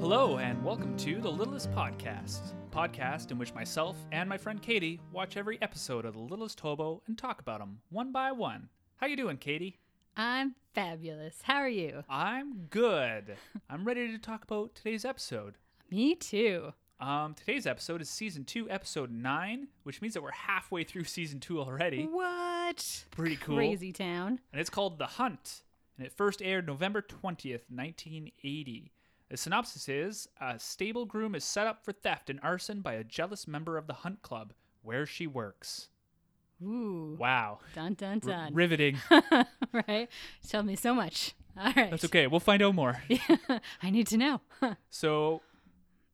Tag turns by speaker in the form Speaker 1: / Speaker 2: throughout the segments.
Speaker 1: Hello, and welcome to The Littlest Podcast, a podcast in which myself and my friend Katie watch every episode of The Littlest Hobo and talk about them one by one. How you doing, Katie?
Speaker 2: I'm fabulous. How are you?
Speaker 1: I'm good. I'm ready to talk about today's episode.
Speaker 2: Me too.
Speaker 1: Um, today's episode is season two, episode nine, which means that we're halfway through season two already.
Speaker 2: What?
Speaker 1: Pretty cool.
Speaker 2: Crazy town.
Speaker 1: and it's called The Hunt, and it first aired November 20th, 1980. The synopsis is A stable groom is set up for theft and arson by a jealous member of the Hunt Club where she works.
Speaker 2: Ooh.
Speaker 1: Wow.
Speaker 2: Dun dun
Speaker 1: R-
Speaker 2: dun.
Speaker 1: riveting.
Speaker 2: right? Tell me so much. All right.
Speaker 1: That's okay. We'll find out more.
Speaker 2: I need to know.
Speaker 1: So,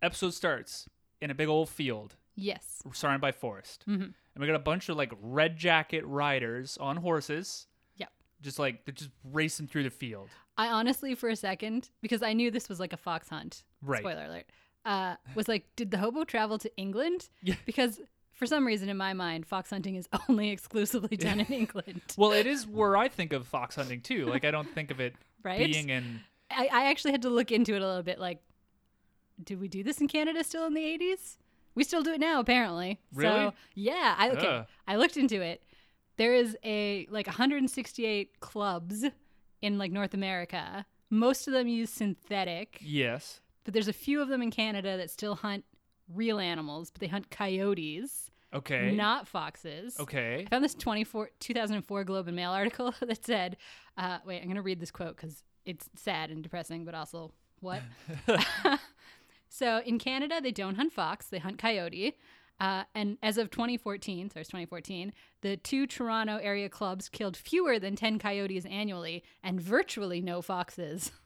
Speaker 1: episode starts in a big old field
Speaker 2: yes.
Speaker 1: surrounded by forest. And we got a bunch of like red jacket riders on horses,
Speaker 2: Yep.
Speaker 1: just like they're just racing through the field.
Speaker 2: I honestly, for a second, because I knew this was like a fox hunt.
Speaker 1: Right.
Speaker 2: Spoiler alert. Uh, was like, did the hobo travel to England?
Speaker 1: Yeah.
Speaker 2: Because for some reason in my mind, fox hunting is only exclusively done in England.
Speaker 1: Well, it is where I think of fox hunting too. Like, I don't think of it
Speaker 2: Right?
Speaker 1: being in
Speaker 2: I, I actually had to look into it a little bit. Like, did we do this in Canada still in the 80s? We still do it now, apparently.
Speaker 1: Really?
Speaker 2: So, yeah. I, okay.
Speaker 1: Ugh.
Speaker 2: I looked into it. There is a like 168 clubs in like North America. Most of them use synthetic,
Speaker 1: Yes.
Speaker 2: but there's a few of them in Canada that still hunt real animals, but they hunt coyotes,
Speaker 1: Okay.
Speaker 2: not foxes.
Speaker 1: okay.
Speaker 2: I found this 24, 2004 Globe and Mail article that said, uh, wait, I'm going to read this quote because it's sad and depressing, but also what? so in Canada, they don't hunt fox, they hunt coyote. Uh, and as of 2014, so it's 2014, the two Toronto area clubs killed fewer than 10 coyotes annually and virtually no foxes.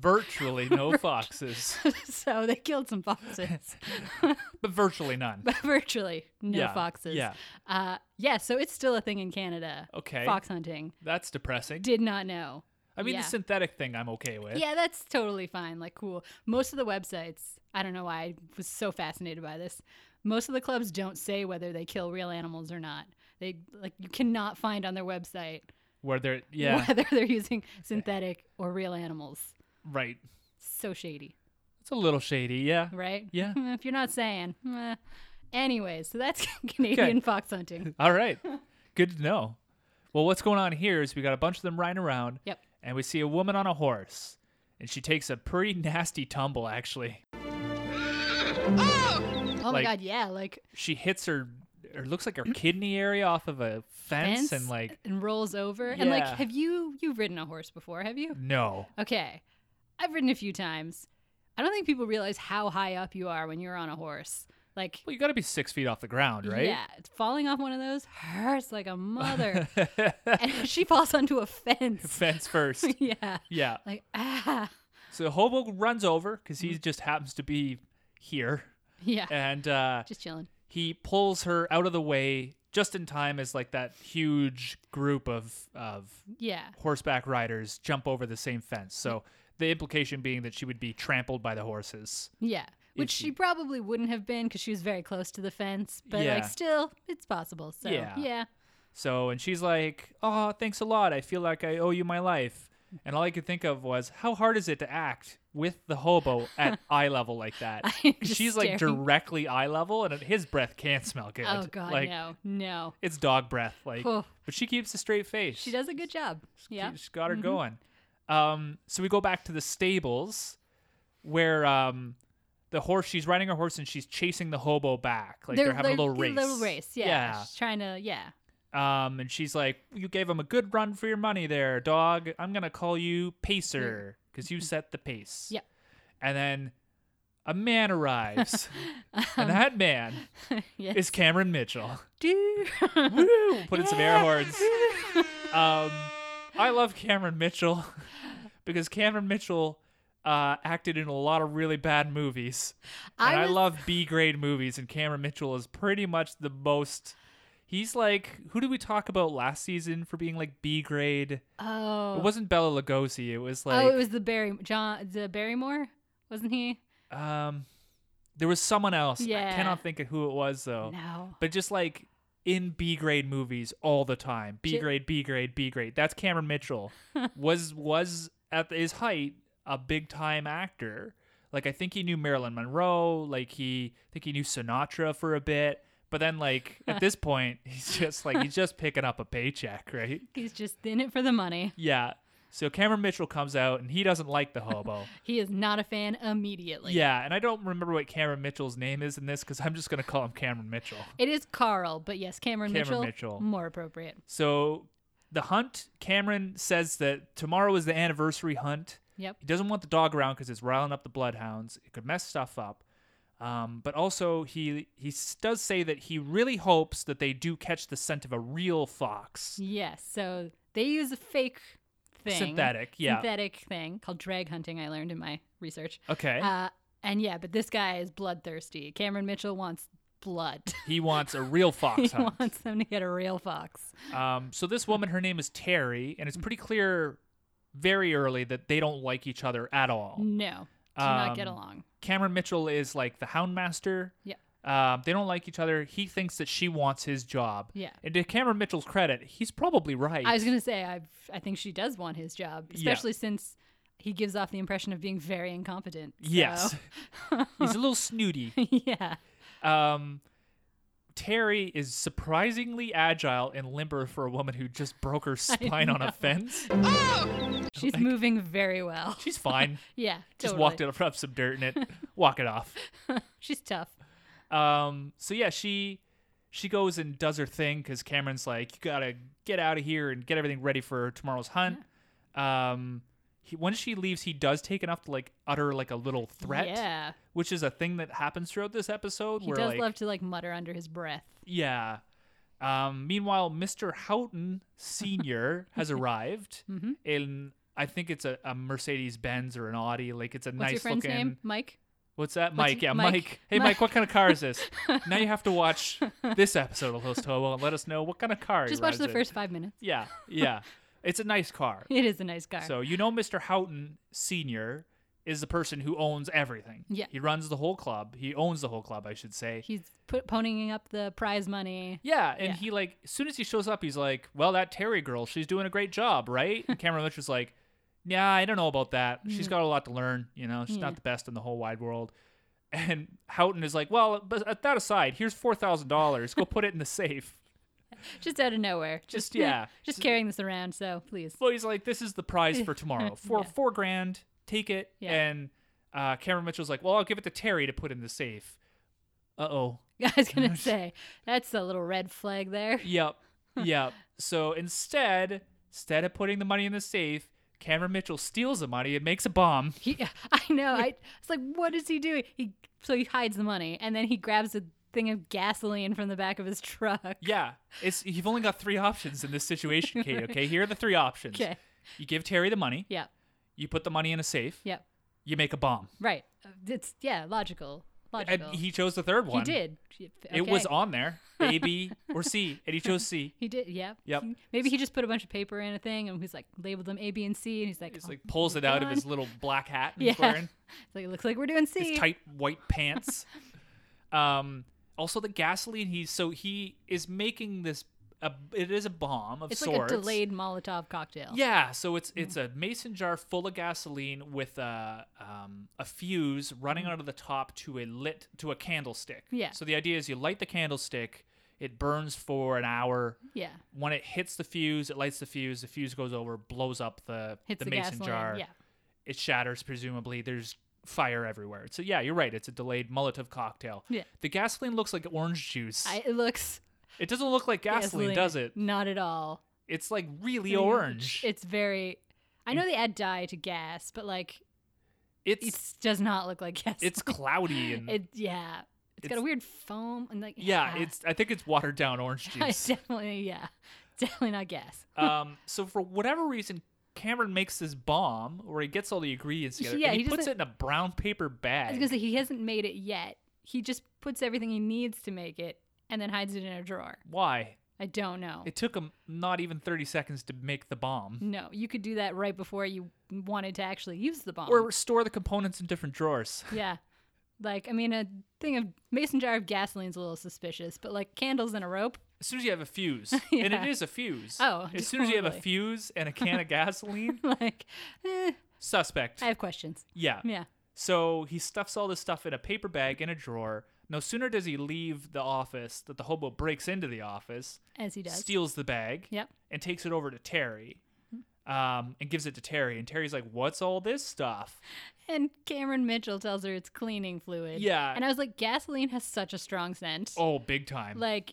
Speaker 1: Virtually no foxes,
Speaker 2: so they killed some foxes,
Speaker 1: but virtually none.
Speaker 2: but virtually no
Speaker 1: Yeah,
Speaker 2: foxes.
Speaker 1: yeah.
Speaker 2: Uh, yeah, so it's still a thing in Canada.
Speaker 1: Okay.
Speaker 2: Fox hunting.
Speaker 1: That's depressing.
Speaker 2: Did not know.
Speaker 1: I mean,
Speaker 2: yeah.
Speaker 1: the synthetic thing I'm okay with.
Speaker 2: Yeah, that's totally fine. Like, cool. Most of the websites, I don't know why I was so fascinated by this. Most of the clubs don't say whether they kill real animals or not. They like you cannot find on their website
Speaker 1: Where they're, yeah,
Speaker 2: whether they're using synthetic or real animals.
Speaker 1: right.
Speaker 2: So shady,
Speaker 1: It's a little shady, yeah.
Speaker 2: right?
Speaker 1: Yeah.
Speaker 2: Mm, If you're not saying. eh. Anyways, so that's Canadian fox hunting.
Speaker 1: All right. Good to know. Well, what's going on here is we got a bunch of them riding around.
Speaker 2: Yep.
Speaker 1: And we see a woman on a horse. And she takes a pretty nasty tumble, actually.
Speaker 2: Oh my
Speaker 1: Like-
Speaker 2: god, yeah, like
Speaker 1: She hits her, or looks like her kidney area off of a fence,
Speaker 2: fence
Speaker 1: and like,
Speaker 2: and rolls over. And like
Speaker 1: Yeah.
Speaker 2: have you you've ridden a horse before, have you?
Speaker 1: no.
Speaker 2: Okay. I've ridden a few times. I don't think people realize how high up you are when you're on a horse. Like,
Speaker 1: Well, you got to be six feet off the ground, right?
Speaker 2: yeah, falling off one of those hurts like a mother. and she falls onto a fence.
Speaker 1: Fence first.
Speaker 2: yeah.
Speaker 1: yeah.
Speaker 2: Like, ah.
Speaker 1: So Hobo runs over because he just happens to be here,
Speaker 2: Yeah.
Speaker 1: and uh,
Speaker 2: Just chilling.
Speaker 1: he pulls her out of the way just in time as like that huge group of of
Speaker 2: Yeah.
Speaker 1: horseback riders jump over the same fence. So the implication being that she would be trampled by the horses.
Speaker 2: Yeah. Which
Speaker 1: she-
Speaker 2: she probably wouldn't have been because she was very close to the fence. But, like,
Speaker 1: Yeah.
Speaker 2: still, it's possible. So,
Speaker 1: Yeah.
Speaker 2: yeah.
Speaker 1: So and she's like, "Oh, thanks a lot. I feel like I owe you my life." And all I could think of was, how hard is it to act with the hobo at eye level like that?
Speaker 2: I'm
Speaker 1: 'Cause
Speaker 2: just
Speaker 1: She's like
Speaker 2: staring.
Speaker 1: directly eye level, and his breath can't smell good.
Speaker 2: Oh, God,
Speaker 1: like,
Speaker 2: no. No.
Speaker 1: It's dog breath, like,
Speaker 2: Oh.
Speaker 1: but she keeps a straight face.
Speaker 2: She does a good job. Yeah. Mm-hmm.
Speaker 1: She's got her going. Um, so we go back to the stables, where um, the horse she's riding her horse and she's chasing the hobo back, like they're, having a little race.
Speaker 2: little race. Yeah. She's trying to, yeah.
Speaker 1: Yeah. Um, and she's like, "You gave him a good run for your money, there, dog. I'm gonna call you pacer because you set the pace."
Speaker 2: Yep.
Speaker 1: And then a man arrives, and that man
Speaker 2: yeah.
Speaker 1: is Cameron Mitchell.
Speaker 2: Woo!
Speaker 1: Woo! Put in some air horns. Um, I love Cameron Mitchell because Cameron Mitchell uh, acted in a lot of really bad movies, and I,
Speaker 2: I was-
Speaker 1: love B grade movies. And Cameron Mitchell is pretty much the most. He's like, who did we talk about last season for being like B grade?
Speaker 2: Oh,
Speaker 1: It wasn't Bella Lugosi. It was like,
Speaker 2: oh, it was the Barry John the Barrymore, wasn't he?
Speaker 1: um, there was someone else. I
Speaker 2: Yeah.
Speaker 1: cannot think of who it was though.
Speaker 2: No,
Speaker 1: but just like in B grade movies all the time. B
Speaker 2: Ju-
Speaker 1: grade, B grade, B grade. That's Cameron Mitchell. was was at his height a big time actor. Like I think he knew Marilyn Monroe. Like he I think he knew Sinatra for a bit. But then like at this point, he's just like he's just picking up a paycheck, right?
Speaker 2: He's just in it for the money.
Speaker 1: Yeah. So Cameron Mitchell comes out and he doesn't like the hobo.
Speaker 2: He is not a fan immediately.
Speaker 1: yeah, and I don't remember what Cameron Mitchell's name is in this because I'm just gonna call him Cameron Mitchell.
Speaker 2: It is Carl, but yes, Cameron,
Speaker 1: Cameron
Speaker 2: Mitchell,
Speaker 1: Mitchell.
Speaker 2: More appropriate.
Speaker 1: So the hunt, Cameron says that tomorrow is the anniversary hunt.
Speaker 2: Yep.
Speaker 1: He doesn't want the dog around because it's riling up the bloodhounds. It could mess stuff up. Um, but also, he he s- does say that he really hopes that they do catch the scent of a real fox.
Speaker 2: Yes. So they use a fake thing.
Speaker 1: Synthetic, yeah.
Speaker 2: Synthetic thing called drag hunting, I learned in my research.
Speaker 1: Okay.
Speaker 2: Uh, and yeah, but this guy is bloodthirsty. Cameron Mitchell wants blood.
Speaker 1: he wants a real
Speaker 2: he
Speaker 1: fox hunt.
Speaker 2: wants them to get a real fox.
Speaker 1: Um, so this woman, her name is Terry, and it's pretty clear very early that they don't like each other at all.
Speaker 2: No. Do not get
Speaker 1: Um,
Speaker 2: along.
Speaker 1: Cameron Mitchell is like the houndmaster.
Speaker 2: Yeah.
Speaker 1: Um, they don't like each other. He thinks that she wants his job.
Speaker 2: Yeah.
Speaker 1: And to Cameron Mitchell's credit, he's probably right.
Speaker 2: I was gonna say I I think she does want his job,
Speaker 1: Yeah.
Speaker 2: especially since he gives off the impression of being very incompetent. so-
Speaker 1: yes. he's a little snooty.
Speaker 2: yeah.
Speaker 1: Um, Terry is surprisingly agile and limber for a woman who just broke her spine on a
Speaker 2: know.
Speaker 1: fence.
Speaker 2: She's moving very well.
Speaker 1: She's fine.
Speaker 2: yeah.
Speaker 1: Just
Speaker 2: totally.
Speaker 1: walked it up, up some dirt in it. Walk it off.
Speaker 2: She's tough.
Speaker 1: Um, so yeah, she she goes and does her thing because Cameron's like, you gotta get out of here and get everything ready for tomorrow's hunt. Um, he, when she leaves, he does take enough to like utter like a little threat,
Speaker 2: Yeah.
Speaker 1: which is a thing that happens throughout this episode.
Speaker 2: He
Speaker 1: where
Speaker 2: does
Speaker 1: like,
Speaker 2: love to like mutter under his breath.
Speaker 1: yeah. Um, meanwhile, Mr. Houghton Senior has arrived
Speaker 2: Mhm.
Speaker 1: in. I think it's a, a Mercedes Benz or an Audi. Like it's a
Speaker 2: What's
Speaker 1: nice
Speaker 2: your friend's
Speaker 1: looking.
Speaker 2: name? Mike.
Speaker 1: What's that,
Speaker 2: What's
Speaker 1: Mike?
Speaker 2: his-
Speaker 1: yeah, Mike.
Speaker 2: Mike.
Speaker 1: Hey, Mike.
Speaker 2: Mike.
Speaker 1: What kind of car is this? now you have to watch this episode of Host Hobo and let us know what kind of car. he
Speaker 2: Just watch
Speaker 1: rides
Speaker 2: the
Speaker 1: in.
Speaker 2: first five minutes.
Speaker 1: Yeah, yeah. It's a nice car.
Speaker 2: It is a nice car.
Speaker 1: So you know, Mr. Houghton Senior is the person who owns everything.
Speaker 2: Yeah.
Speaker 1: he runs the whole club. He owns the whole club, I should say.
Speaker 2: He's put, ponying up the prize money.
Speaker 1: Yeah, and
Speaker 2: Yeah.
Speaker 1: he like as soon as he shows up, he's like, "Well, that Terry girl, she's doing a great job, right?" And Cameron Mitch was like, "Yeah, I don't know about that. She's got a lot to learn. You know, she's
Speaker 2: Mm. Yeah.
Speaker 1: not the best in the whole wide world." And Houghton is like, "Well, but at that aside, here's four thousand dollars. Go put it in the safe."
Speaker 2: Just out of nowhere.
Speaker 1: Just yeah.
Speaker 2: Just carrying this around. So please.
Speaker 1: Well, he's like, "This is the prize for tomorrow. For
Speaker 2: Yeah.
Speaker 1: four grand, take it."
Speaker 2: Yeah.
Speaker 1: And uh, Cameron Mitchell's like, "Well, I'll give it to Terry to put in the safe." Uh oh.
Speaker 2: I was gonna say that's a little red flag there.
Speaker 1: Yep. Yep. so instead, instead of putting the money in the safe, Cameron Mitchell steals the money and makes a bomb.
Speaker 2: He, I know. I it's like, what is he doing? He so he hides the money and then he grabs a thing of gasoline from the back of his truck.
Speaker 1: Yeah. It's you've only got three options in this situation, Kate. Okay. Here are the three options.
Speaker 2: Okay.
Speaker 1: You give Terry the money,
Speaker 2: Yeah.
Speaker 1: you put the money in a safe,
Speaker 2: Yeah.
Speaker 1: you make a bomb.
Speaker 2: Right. Uh, It's yeah. Logical.
Speaker 1: And
Speaker 2: Logical.
Speaker 1: he chose the third
Speaker 2: He
Speaker 1: one.
Speaker 2: did. It
Speaker 1: It was on there. A, B, or C. And he chose C.
Speaker 2: He did, yeah.
Speaker 1: Yep.
Speaker 2: He- Maybe he just put a bunch of paper in a thing and he's like labeled them A, B, and C, and he's like,
Speaker 1: He's
Speaker 2: "Oh,
Speaker 1: like pulls it out of
Speaker 2: on.
Speaker 1: his little black hat he's
Speaker 2: Yeah.
Speaker 1: wearing.
Speaker 2: it's like, it looks like we're doing C.
Speaker 1: his tight white pants. um, also the gasoline. He's so he is making this. A, it is a bomb of
Speaker 2: it's like
Speaker 1: sorts.
Speaker 2: a delayed Molotov cocktail.
Speaker 1: Yeah, so it's it's a mason jar full of gasoline with a um, a fuse running out of the top to a lit to a candlestick.
Speaker 2: Mm-hmm. Yeah.
Speaker 1: So the idea is you light the candlestick, it burns for an hour.
Speaker 2: Yeah.
Speaker 1: When it hits the fuse, it lights the fuse. The fuse goes over, blows up the
Speaker 2: Hits
Speaker 1: the,
Speaker 2: the,
Speaker 1: mason
Speaker 2: gasoline.
Speaker 1: jar
Speaker 2: Yeah.
Speaker 1: it shatters presumably there's fire everywhere so yeah you're right it's a delayed molotov cocktail
Speaker 2: Yeah.
Speaker 1: the gasoline looks like orange juice
Speaker 2: I, it looks
Speaker 1: it doesn't look like gasoline, does it
Speaker 2: Not at all.
Speaker 1: it's like really
Speaker 2: Pretty
Speaker 1: orange
Speaker 2: It's very. I know they add dye to gas, but like it
Speaker 1: it's
Speaker 2: does not look like gas.
Speaker 1: it's cloudy and
Speaker 2: it, yeah. it's got
Speaker 1: it's-
Speaker 2: a weird foam and like
Speaker 1: yeah it's i think it's watered down orange juice
Speaker 2: definitely yeah definitely not gas.
Speaker 1: um so for whatever reason cameron makes this bomb where he gets all the ingredients together
Speaker 2: Yeah,
Speaker 1: and he,
Speaker 2: he
Speaker 1: puts it in
Speaker 2: doesn't-
Speaker 1: a brown paper
Speaker 2: I
Speaker 1: bag
Speaker 2: was gonna say he hasn't made it yet. He just puts everything he needs to make it and then hides it in a drawer.
Speaker 1: why
Speaker 2: I don't know.
Speaker 1: it took him not even 30 seconds to make the bomb
Speaker 2: no, you could do that right before you wanted to actually use the bomb.
Speaker 1: or store the components in different drawers
Speaker 2: yeah, like I mean, a thing of mason jar of gasoline's a little suspicious, but like candles and a rope.
Speaker 1: as soon as you have a fuse, and it
Speaker 2: Yeah.
Speaker 1: is a fuse.
Speaker 2: Oh,
Speaker 1: as soon as you have a
Speaker 2: totally.
Speaker 1: fuse and a can of gasoline,
Speaker 2: like, eh,
Speaker 1: suspect.
Speaker 2: I have questions.
Speaker 1: yeah.
Speaker 2: Yeah,
Speaker 1: So he stuffs all this stuff in a paper bag in a drawer. No sooner does he leave the office that the hobo breaks into the office,
Speaker 2: as he does.
Speaker 1: steals the bag,
Speaker 2: Yep.
Speaker 1: and takes it over to Terry. Um, and gives it to Terry, and Terry's like, "What's all this stuff?"
Speaker 2: And Cameron Mitchell tells her it's cleaning fluid.
Speaker 1: Yeah.
Speaker 2: And I was like, gasoline has such a strong scent.
Speaker 1: Oh, big time!
Speaker 2: Like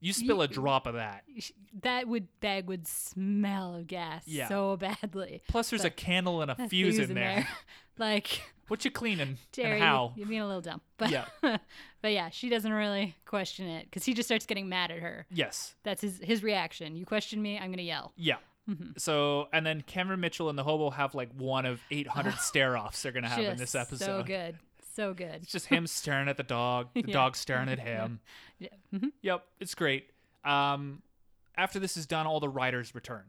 Speaker 1: you spill a
Speaker 2: y-
Speaker 1: drop of that.
Speaker 2: sh- that would bag would smell of gas
Speaker 1: Yeah.
Speaker 2: so badly.
Speaker 1: Plus, there's a candle and a
Speaker 2: A
Speaker 1: fuse, in there.
Speaker 2: like
Speaker 1: What you cleaning
Speaker 2: Terry,
Speaker 1: and how?
Speaker 2: you're being a little dumb. But
Speaker 1: Yeah.
Speaker 2: but yeah, she doesn't really question it because he just starts getting mad at her.
Speaker 1: Yes.
Speaker 2: That's his his reaction. You question me, I'm gonna yell.
Speaker 1: Yeah.
Speaker 2: Mm-hmm.
Speaker 1: So, and then Cameron Mitchell and the hobo have like one of 800 stare offs they're going to have in this
Speaker 2: Just
Speaker 1: episode.
Speaker 2: So good. So good.
Speaker 1: It's just him staring at the dog, the
Speaker 2: Yeah.
Speaker 1: dog staring at him.
Speaker 2: Yeah. Mhm.
Speaker 1: Yep. It's great. Um, after this is done, all the riders return.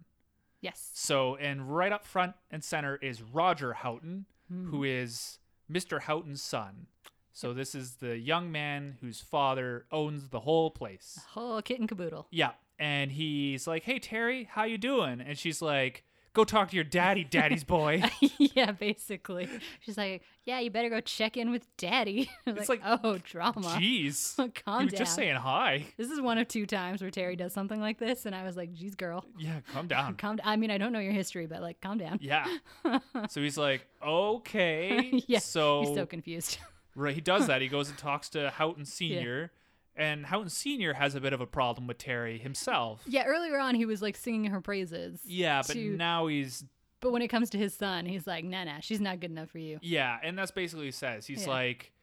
Speaker 2: Yes.
Speaker 1: So, and right up front and center is Roger Houghton,
Speaker 2: Hmm.
Speaker 1: who is Mr. Houghton's son. So, this is the young man whose father owns the whole place.
Speaker 2: Whole kit and caboodle.
Speaker 1: Yeah, and he's like, "Hey Terry, how you doing?" And she's like, "Go talk to your daddy, daddy's boy."
Speaker 2: yeah, basically. She's like, "Yeah, you better go check in with Daddy."
Speaker 1: It's
Speaker 2: it's like,
Speaker 1: like,
Speaker 2: "Oh, drama."
Speaker 1: Jeez,
Speaker 2: Calm
Speaker 1: he
Speaker 2: down.
Speaker 1: was just saying hi.
Speaker 2: This is one of two times where Terry does something like this, and I was like, "Geez, girl,
Speaker 1: Yeah, calm down.
Speaker 2: calm." d- I mean, I don't know your history, but like, calm down.
Speaker 1: Yeah. So he's like, "Okay."
Speaker 2: yeah,
Speaker 1: So,
Speaker 2: he's so confused.
Speaker 1: right, he does that. He goes and talks to Houghton Senior, and Houghton Senior has a bit of a problem with Terry himself.
Speaker 2: yeah, earlier on he was like singing her praises.
Speaker 1: Yeah, but
Speaker 2: To-
Speaker 1: now he's
Speaker 2: But when it comes to his son, he's like, "Nah, nah, she's not good enough for you."
Speaker 1: yeah, and that's basically what he says. He's
Speaker 2: Yeah.
Speaker 1: like,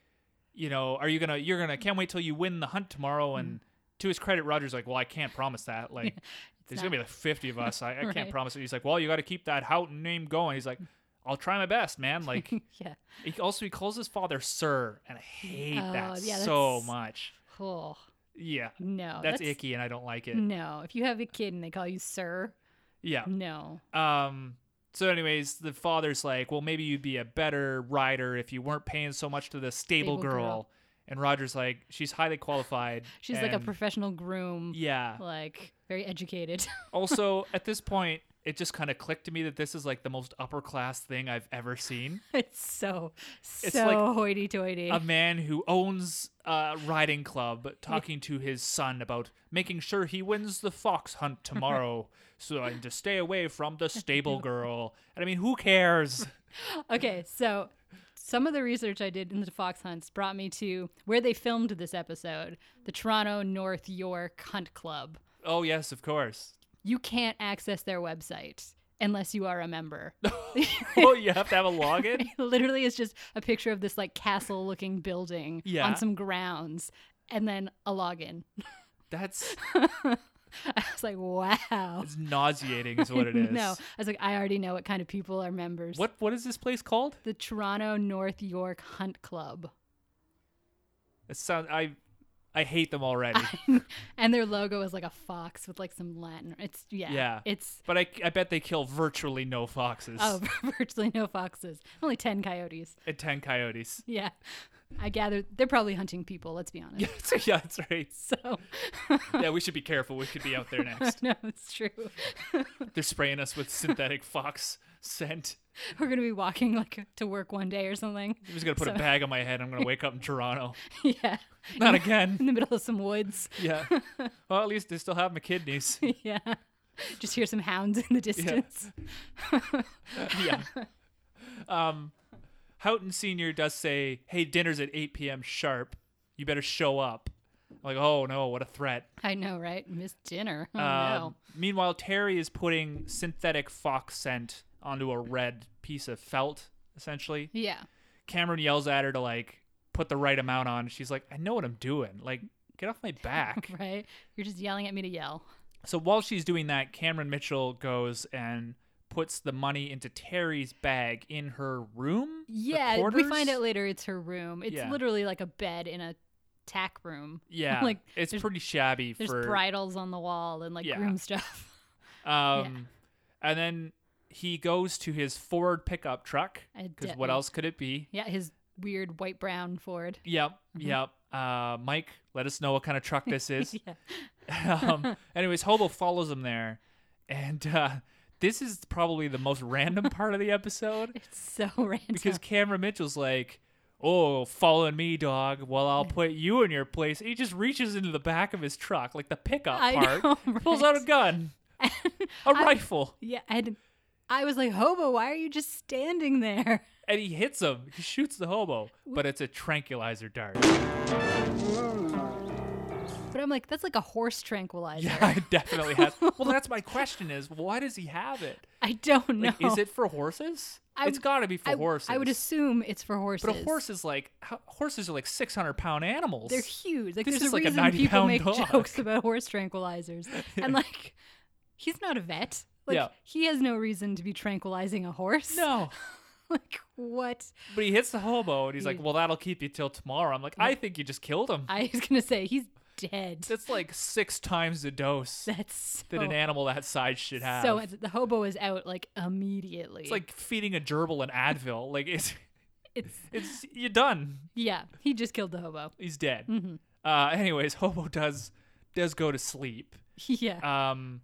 Speaker 1: you know, are you gonna you're gonna can't wait till you win the hunt tomorrow
Speaker 2: Mm-hmm.
Speaker 1: and. To his credit, Roger's like, well, I can't promise that. Like, There's gonna be like 50 of us. I, I can't
Speaker 2: Right.
Speaker 1: promise it. He's like, well, you got to keep that Houghton name going. He's like, I'll try my best, man. Like,
Speaker 2: yeah.
Speaker 1: he also he calls his father sir, and I hate
Speaker 2: Oh,
Speaker 1: that
Speaker 2: yeah,
Speaker 1: so
Speaker 2: that's-
Speaker 1: much.
Speaker 2: Oh
Speaker 1: Yeah,
Speaker 2: no,
Speaker 1: that's, icky, and I don't like it.
Speaker 2: No, if you have a kid and they call you sir,
Speaker 1: Yeah.
Speaker 2: no.
Speaker 1: Um. So, anyways, the father's like, well, maybe you'd be a better rider if you weren't paying so much to the stable,
Speaker 2: Stable
Speaker 1: girl.
Speaker 2: girl.
Speaker 1: And Roger's like, she's highly qualified.
Speaker 2: She's like a
Speaker 1: and-
Speaker 2: professional groom.
Speaker 1: yeah.
Speaker 2: like very educated.
Speaker 1: also, at this point, it just kind of clicked to me that this is like the most upper class thing I've ever seen.
Speaker 2: it's so
Speaker 1: It's
Speaker 2: so
Speaker 1: like
Speaker 2: hoity-toity.
Speaker 1: a man who owns a riding
Speaker 2: Eh.
Speaker 1: club talking to his son about making sure he wins the fox hunt tomorrow so and to stay away from the stable girl and i mean who cares
Speaker 2: okay, so some of the research I did into the fox hunts brought me to where they filmed this episode, the Toronto North York Hunt Club.
Speaker 1: oh yes of course
Speaker 2: You can't access their website unless you are a member.
Speaker 1: oh you have to have a login
Speaker 2: Literally, it's just a picture of this like castle-looking building
Speaker 1: Yeah.
Speaker 2: on some grounds, and then a login.
Speaker 1: that's
Speaker 2: I was like, wow.
Speaker 1: it's nauseating is what it is
Speaker 2: No, I was like, I already know what kind of people are members.
Speaker 1: what what is this place called
Speaker 2: The Toronto North York Hunt Club.
Speaker 1: it sound i i hate them already
Speaker 2: and their logo is like a fox with like some Latin. It's yeah.
Speaker 1: Yeah.
Speaker 2: It's
Speaker 1: but I, I bet they kill virtually no foxes
Speaker 2: oh, virtually no foxes. Only ten coyotes.
Speaker 1: and 10 coyotes
Speaker 2: Yeah. I gather they're probably hunting people. Let's be honest.
Speaker 1: yeah that's right
Speaker 2: So
Speaker 1: yeah we should be careful we could be out there next
Speaker 2: no, it's true.
Speaker 1: They're spraying us with synthetic fox scent.
Speaker 2: We're gonna be walking like to work one day or something.
Speaker 1: I'm just gonna put a
Speaker 2: So-
Speaker 1: bag on my head. I'm gonna wake up in Toronto.
Speaker 2: yeah.
Speaker 1: Not again.
Speaker 2: In the middle of some woods.
Speaker 1: Yeah. Well, at least they still have my kidneys.
Speaker 2: yeah. Just hear some hounds in the distance.
Speaker 1: Yeah. Um, Houghton Senior does say, "Hey, dinner's at 8 p.m. sharp. You better show up." I'm like, oh no, what a threat.
Speaker 2: I know, right? Missed dinner. Oh no.
Speaker 1: Um, Meanwhile, Terry is putting synthetic fox scent onto a red piece of felt, essentially.
Speaker 2: Yeah.
Speaker 1: Cameron yells at her to like put the right amount on. She's like, I know what I'm doing. Like, get off my back.
Speaker 2: Right? You're just yelling at me to yell.
Speaker 1: so while she's doing that, Cameron Mitchell goes and puts the money into Terry's bag in her room. The
Speaker 2: Yeah, we
Speaker 1: quarters?
Speaker 2: find out later it's her room. It's
Speaker 1: Yeah.
Speaker 2: literally like a bed in a tack room.
Speaker 1: Yeah,
Speaker 2: like,
Speaker 1: it's
Speaker 2: there's-
Speaker 1: pretty shabby
Speaker 2: There's
Speaker 1: for.
Speaker 2: bridles on the wall and like
Speaker 1: Yeah.
Speaker 2: groom stuff.
Speaker 1: um, and then he goes to his Ford pickup truck
Speaker 2: I
Speaker 1: because
Speaker 2: de-
Speaker 1: what else could it be?
Speaker 2: Yeah, his weird white brown Ford.
Speaker 1: Yep,
Speaker 2: Mm-hmm.
Speaker 1: yep. Uh, Mike, let us know what kind of truck this is.
Speaker 2: Yeah.
Speaker 1: um, anyways, Hobo follows him there, and uh, This is probably the most random part of the episode
Speaker 2: It's so random.
Speaker 1: because Cameron Mitchell's like, "Oh, following me, dog. Well, I'll put you in your place." He just reaches into the back of his truck, like the pickup
Speaker 2: I
Speaker 1: part,
Speaker 2: know,
Speaker 1: pulls
Speaker 2: right?
Speaker 1: out a gun, a rifle,
Speaker 2: yeah, and I was like, Hobo, why are you just standing there?
Speaker 1: and he hits him. He shoots the hobo, but it's a tranquilizer dart.
Speaker 2: But I'm like, that's like a horse tranquilizer.
Speaker 1: Yeah, it definitely has. Well, that's my question: is why does he have it?
Speaker 2: I don't know.
Speaker 1: Like, is it for horses?
Speaker 2: I-
Speaker 1: it's got to be for
Speaker 2: I,
Speaker 1: horses.
Speaker 2: I would assume it's for horses.
Speaker 1: But a horse is like ho- horses are like six hundred pound animals.
Speaker 2: They're huge. Like
Speaker 1: This
Speaker 2: there's
Speaker 1: is
Speaker 2: a
Speaker 1: like a
Speaker 2: reason
Speaker 1: 90
Speaker 2: people
Speaker 1: pound
Speaker 2: make
Speaker 1: dog.
Speaker 2: jokes about horse tranquilizers. And like he's not a vet. Like
Speaker 1: Yeah.
Speaker 2: he has no reason to be tranquilizing a horse.
Speaker 1: no,
Speaker 2: like what?
Speaker 1: but he hits the hobo and he's like,
Speaker 2: You-
Speaker 1: "Well, that'll keep you till tomorrow." I'm like, "I think you just killed him."
Speaker 2: I was gonna say he's dead.
Speaker 1: That's like six times the dose
Speaker 2: That's so,
Speaker 1: that an animal that size should have.
Speaker 2: Oh. so it's- the hobo is out like immediately.
Speaker 1: it's like feeding a gerbil an Advil. Like it's
Speaker 2: it's
Speaker 1: it's you're done.
Speaker 2: yeah, he just killed the hobo.
Speaker 1: He's dead.
Speaker 2: Mm-hmm.
Speaker 1: Uh, anyways, hobo does does go to sleep.
Speaker 2: yeah.
Speaker 1: Um,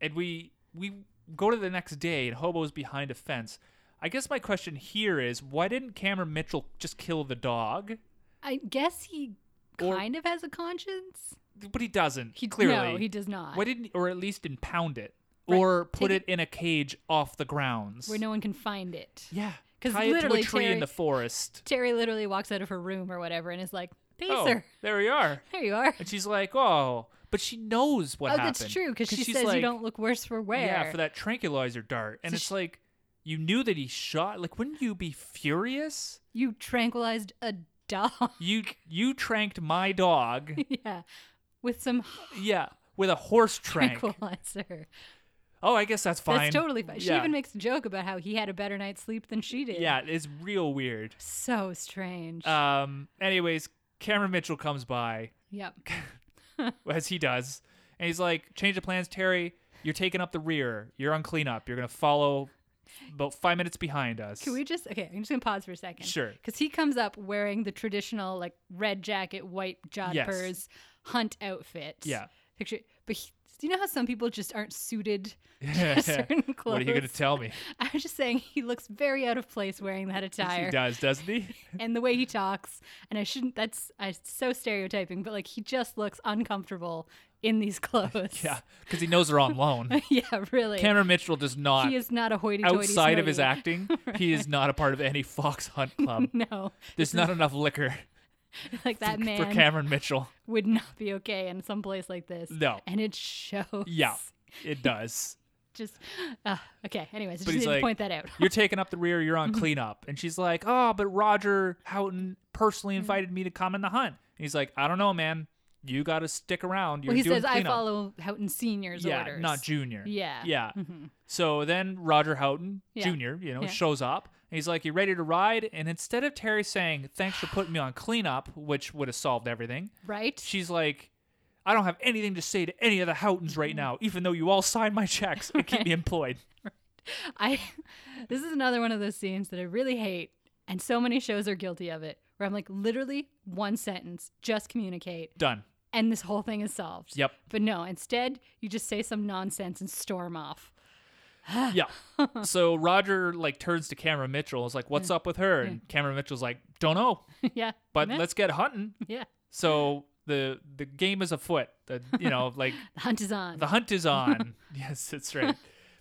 Speaker 1: and we we go to the next day, and Hobo's behind a fence. I guess my question here is, why didn't Cameron Mitchell just kill the dog?
Speaker 2: I guess he
Speaker 1: or-
Speaker 2: kind of has a conscience.
Speaker 1: But he doesn't.
Speaker 2: He
Speaker 1: clearly
Speaker 2: No, he does not.
Speaker 1: Why didn't, or at least impound it,
Speaker 2: Right,
Speaker 1: or put
Speaker 2: take
Speaker 1: it in a cage off the grounds?
Speaker 2: where no one can find it.
Speaker 1: yeah,
Speaker 2: 'Cause
Speaker 1: tie it to a
Speaker 2: literally
Speaker 1: tree in
Speaker 2: Terry-
Speaker 1: the forest.
Speaker 2: Terry literally walks out of her room or whatever and is like, Pacer,
Speaker 1: Oh, there we are.
Speaker 2: there you are.
Speaker 1: And she's like, oh, but she knows what
Speaker 2: oh,
Speaker 1: happened.
Speaker 2: that's true because she
Speaker 1: she's
Speaker 2: says
Speaker 1: like,
Speaker 2: you don't look worse for wear.
Speaker 1: Yeah, for that tranquilizer dart. And
Speaker 2: So
Speaker 1: it's
Speaker 2: she-
Speaker 1: like, you knew that he shot. Like, wouldn't you be furious?
Speaker 2: You tranquilized a dog.
Speaker 1: You you tranked my dog.
Speaker 2: yeah, with some
Speaker 1: yeah, with a horse trank.
Speaker 2: tranquilizer.
Speaker 1: Oh, I guess that's fine.
Speaker 2: That's totally fine. She
Speaker 1: Yeah.
Speaker 2: even makes a joke about how he had a better night's sleep than she did.
Speaker 1: Yeah, it's real weird.
Speaker 2: so strange.
Speaker 1: Um. Anyways, Cameron Mitchell comes by
Speaker 2: yep.
Speaker 1: as he does, and he's like, "Change of plans, Terry. You're taking up the rear. You're on cleanup. You're gonna follow about five minutes behind us."
Speaker 2: Can we just okay? I'm just gonna pause for a second.
Speaker 1: Sure.
Speaker 2: Because he comes up wearing the traditional like red jacket, white
Speaker 1: Yes.
Speaker 2: jodhpurs, hunt outfit.
Speaker 1: Yeah.
Speaker 2: Picture, but he, do you know how some people just aren't suited to certain clothes?
Speaker 1: What are you gonna tell me?
Speaker 2: I was just saying he looks very out of place wearing that
Speaker 1: He
Speaker 2: attire
Speaker 1: does, doesn't he?
Speaker 2: and the way he talks. And I shouldn't. That's I so stereotyping, but like he just looks uncomfortable in these clothes.
Speaker 1: Yeah, because he knows they're on loan.
Speaker 2: yeah, really.
Speaker 1: Cameron Mitchell does not.
Speaker 2: he is not a hoity-toity.
Speaker 1: outside of his
Speaker 2: smarty.
Speaker 1: acting, he is not a part of any Fox Hunt Club.
Speaker 2: No,
Speaker 1: There's not enough liquor
Speaker 2: like that man
Speaker 1: for Cameron Mitchell.
Speaker 2: would not be okay in some place like this.
Speaker 1: No.
Speaker 2: and it shows.
Speaker 1: Yeah, it does.
Speaker 2: just uh, okay. Anyways,
Speaker 1: But
Speaker 2: I just
Speaker 1: he's
Speaker 2: need
Speaker 1: like,
Speaker 2: to point that out.
Speaker 1: You're taking up the rear. You're
Speaker 2: Mm-hmm.
Speaker 1: on cleanup. And she's like, "Oh, but Roger Houghton
Speaker 2: Mm-hmm.
Speaker 1: personally invited me to come in the hunt." And he's like, "I don't know, man. You got to stick around. You're
Speaker 2: well, he
Speaker 1: doing
Speaker 2: says I
Speaker 1: cleanup."
Speaker 2: follow Houghton Senior's
Speaker 1: yeah,
Speaker 2: orders.
Speaker 1: not Junior.
Speaker 2: Yeah. Mm-hmm.
Speaker 1: yeah. So then Roger Houghton
Speaker 2: Yeah.
Speaker 1: Junior, you know,
Speaker 2: Yeah.
Speaker 1: shows up. And he's like, "You ready to ride?" And instead of Terry saying, "Thanks for putting me on cleanup," which would have solved everything,
Speaker 2: right.
Speaker 1: she's like, I don't have anything to say to any of the Houghtons
Speaker 2: Mm-hmm.
Speaker 1: right now, even though you all signed my checks and keep me employed.
Speaker 2: I this is another one of those scenes that I really hate, and so many shows are guilty of it. Where I'm like, literally one sentence, just communicate,
Speaker 1: Done.
Speaker 2: and this whole thing is solved.
Speaker 1: Yep.
Speaker 2: But no, instead you just say some nonsense and storm off.
Speaker 1: Yeah. so Roger like turns to Cameron Mitchell and is like, What's up with her? And Cameron Mitchell's like, Don't know,
Speaker 2: yeah.
Speaker 1: but
Speaker 2: meh,
Speaker 1: let's get hunting.
Speaker 2: yeah,
Speaker 1: So the the game is afoot. The you know, like
Speaker 2: the hunt is on.
Speaker 1: the hunt is on. yes, that's right.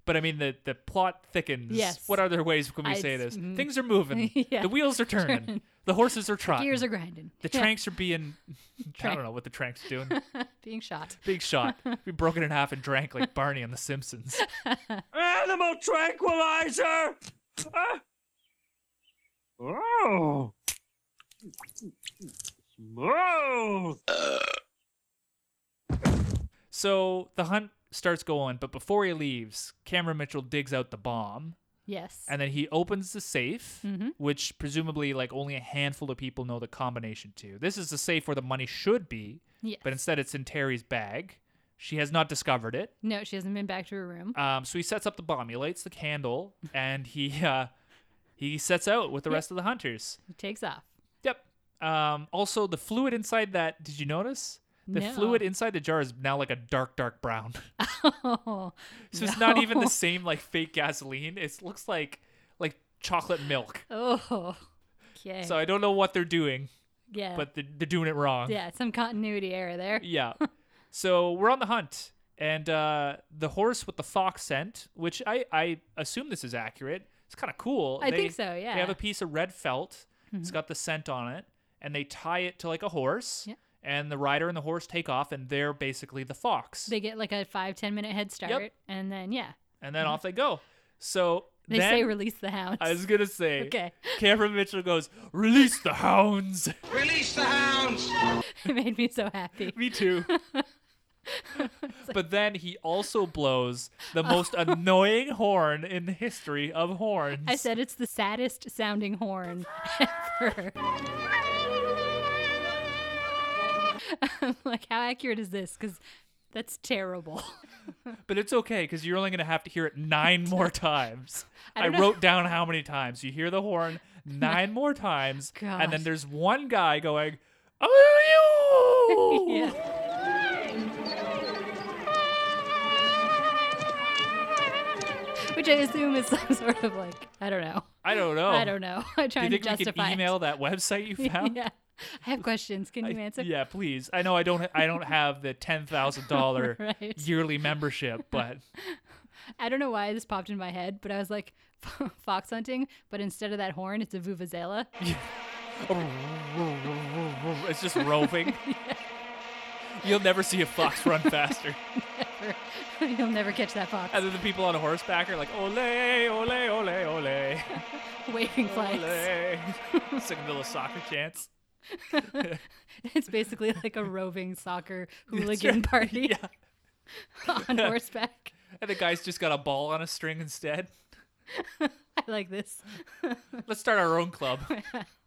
Speaker 1: But I mean the the plot thickens.
Speaker 2: Yes.
Speaker 1: What other ways can we
Speaker 2: I-
Speaker 1: say this?
Speaker 2: mm.
Speaker 1: Things are moving.
Speaker 2: Yeah.
Speaker 1: The wheels are turning. The horses are trotting.
Speaker 2: Gears are grinding.
Speaker 1: the
Speaker 2: Yeah,
Speaker 1: tranks are being I
Speaker 2: Trank.
Speaker 1: don't know what the tranks are doing.
Speaker 2: being shot.
Speaker 1: Big shot. Be broken in half and drank like Barney on The Simpsons.
Speaker 3: Animal tranquilizer! Ah. Oh! Smooth!
Speaker 1: So the hunt starts going, but before he leaves, Cameron Mitchell digs out the bomb
Speaker 2: Yes.
Speaker 1: and then he opens the safe,
Speaker 2: Mhm.
Speaker 1: which presumably like only a handful of people know the combination to. This is the safe where the money should be,
Speaker 2: yes.
Speaker 1: but instead it's in Terry's bag. She has not discovered it.
Speaker 2: no, she hasn't been back to her room.
Speaker 1: Um, so he sets up the bomb, he lights the candle, and he uh, he sets out with the rest of the hunters.
Speaker 2: He takes off.
Speaker 1: Yep. Um, also, the fluid inside that, did you notice? The
Speaker 2: No.
Speaker 1: fluid inside the jar is now like a dark, dark brown.
Speaker 2: Oh,
Speaker 1: so it's not even
Speaker 2: no.
Speaker 1: the same like fake gasoline. It looks like like chocolate milk.
Speaker 2: Oh, okay.
Speaker 1: So I don't know what they're doing,
Speaker 2: yeah,
Speaker 1: but they're, they're doing it wrong.
Speaker 2: yeah, some continuity error there.
Speaker 1: Yeah. so we're on the hunt, and uh, the horse with the fox scent, which I, I assume this is accurate. It's kind of cool.
Speaker 2: I
Speaker 1: They-
Speaker 2: think so,
Speaker 1: They have
Speaker 2: yeah. Mm-hmm.
Speaker 1: a piece of red felt. It's got the scent on it, and they tie it to like a horse.
Speaker 2: Yeah.
Speaker 1: And the rider and the horse take off, and they're basically the fox.
Speaker 2: They get like a five ten minute head start, and then yeah,
Speaker 1: and then off they go. So
Speaker 2: uh-huh. they
Speaker 1: then,
Speaker 2: say release the hounds.
Speaker 1: I was gonna say.
Speaker 2: Okay.
Speaker 1: Cameron Mitchell goes, "Release the hounds."
Speaker 4: Release the hounds!
Speaker 2: it made me so happy.
Speaker 1: Me too. but then he also blows the most annoying horn in the history of horns.
Speaker 2: I said it's the saddest sounding horn ever. I'm like, how accurate is this? Because that's terrible.
Speaker 1: but it's okay because you're only going to have to hear it nine more times. I,
Speaker 2: don't know.
Speaker 1: wrote down how many times. You hear the horn nine more times, and
Speaker 2: Gosh.
Speaker 1: then there's one guy going, Oh, you!
Speaker 2: yeah. Which I assume is some sort of like, I don't know.
Speaker 1: I don't know.
Speaker 2: I don't know. I'm
Speaker 1: Oh. Do you
Speaker 2: trying
Speaker 1: think
Speaker 2: to
Speaker 1: we
Speaker 2: justify
Speaker 1: can
Speaker 2: it.
Speaker 1: email that website you found?
Speaker 2: yeah. I have questions. Can you
Speaker 1: I-
Speaker 2: answer?
Speaker 1: Yeah, please. I know I don't. I don't have the ten thousand dollar
Speaker 2: Right.
Speaker 1: yearly membership, but
Speaker 2: I don't know why this popped in my head, but I was like, fox hunting, but instead of that horn, it's a vuvuzela.
Speaker 1: it's just roving. You'll never see a fox run faster.
Speaker 2: You'll never catch that fox.
Speaker 1: Other than people on horseback are like, ole, ole, ole, ole,
Speaker 2: Waving
Speaker 1: Oh,
Speaker 2: flags.
Speaker 1: ole. Singing little soccer chants.
Speaker 2: It's basically like a roving soccer hooligan party
Speaker 1: Yeah.
Speaker 2: on horseback.
Speaker 1: And the guy's just got a ball on a string instead.
Speaker 2: I like this.
Speaker 1: Let's start our own club.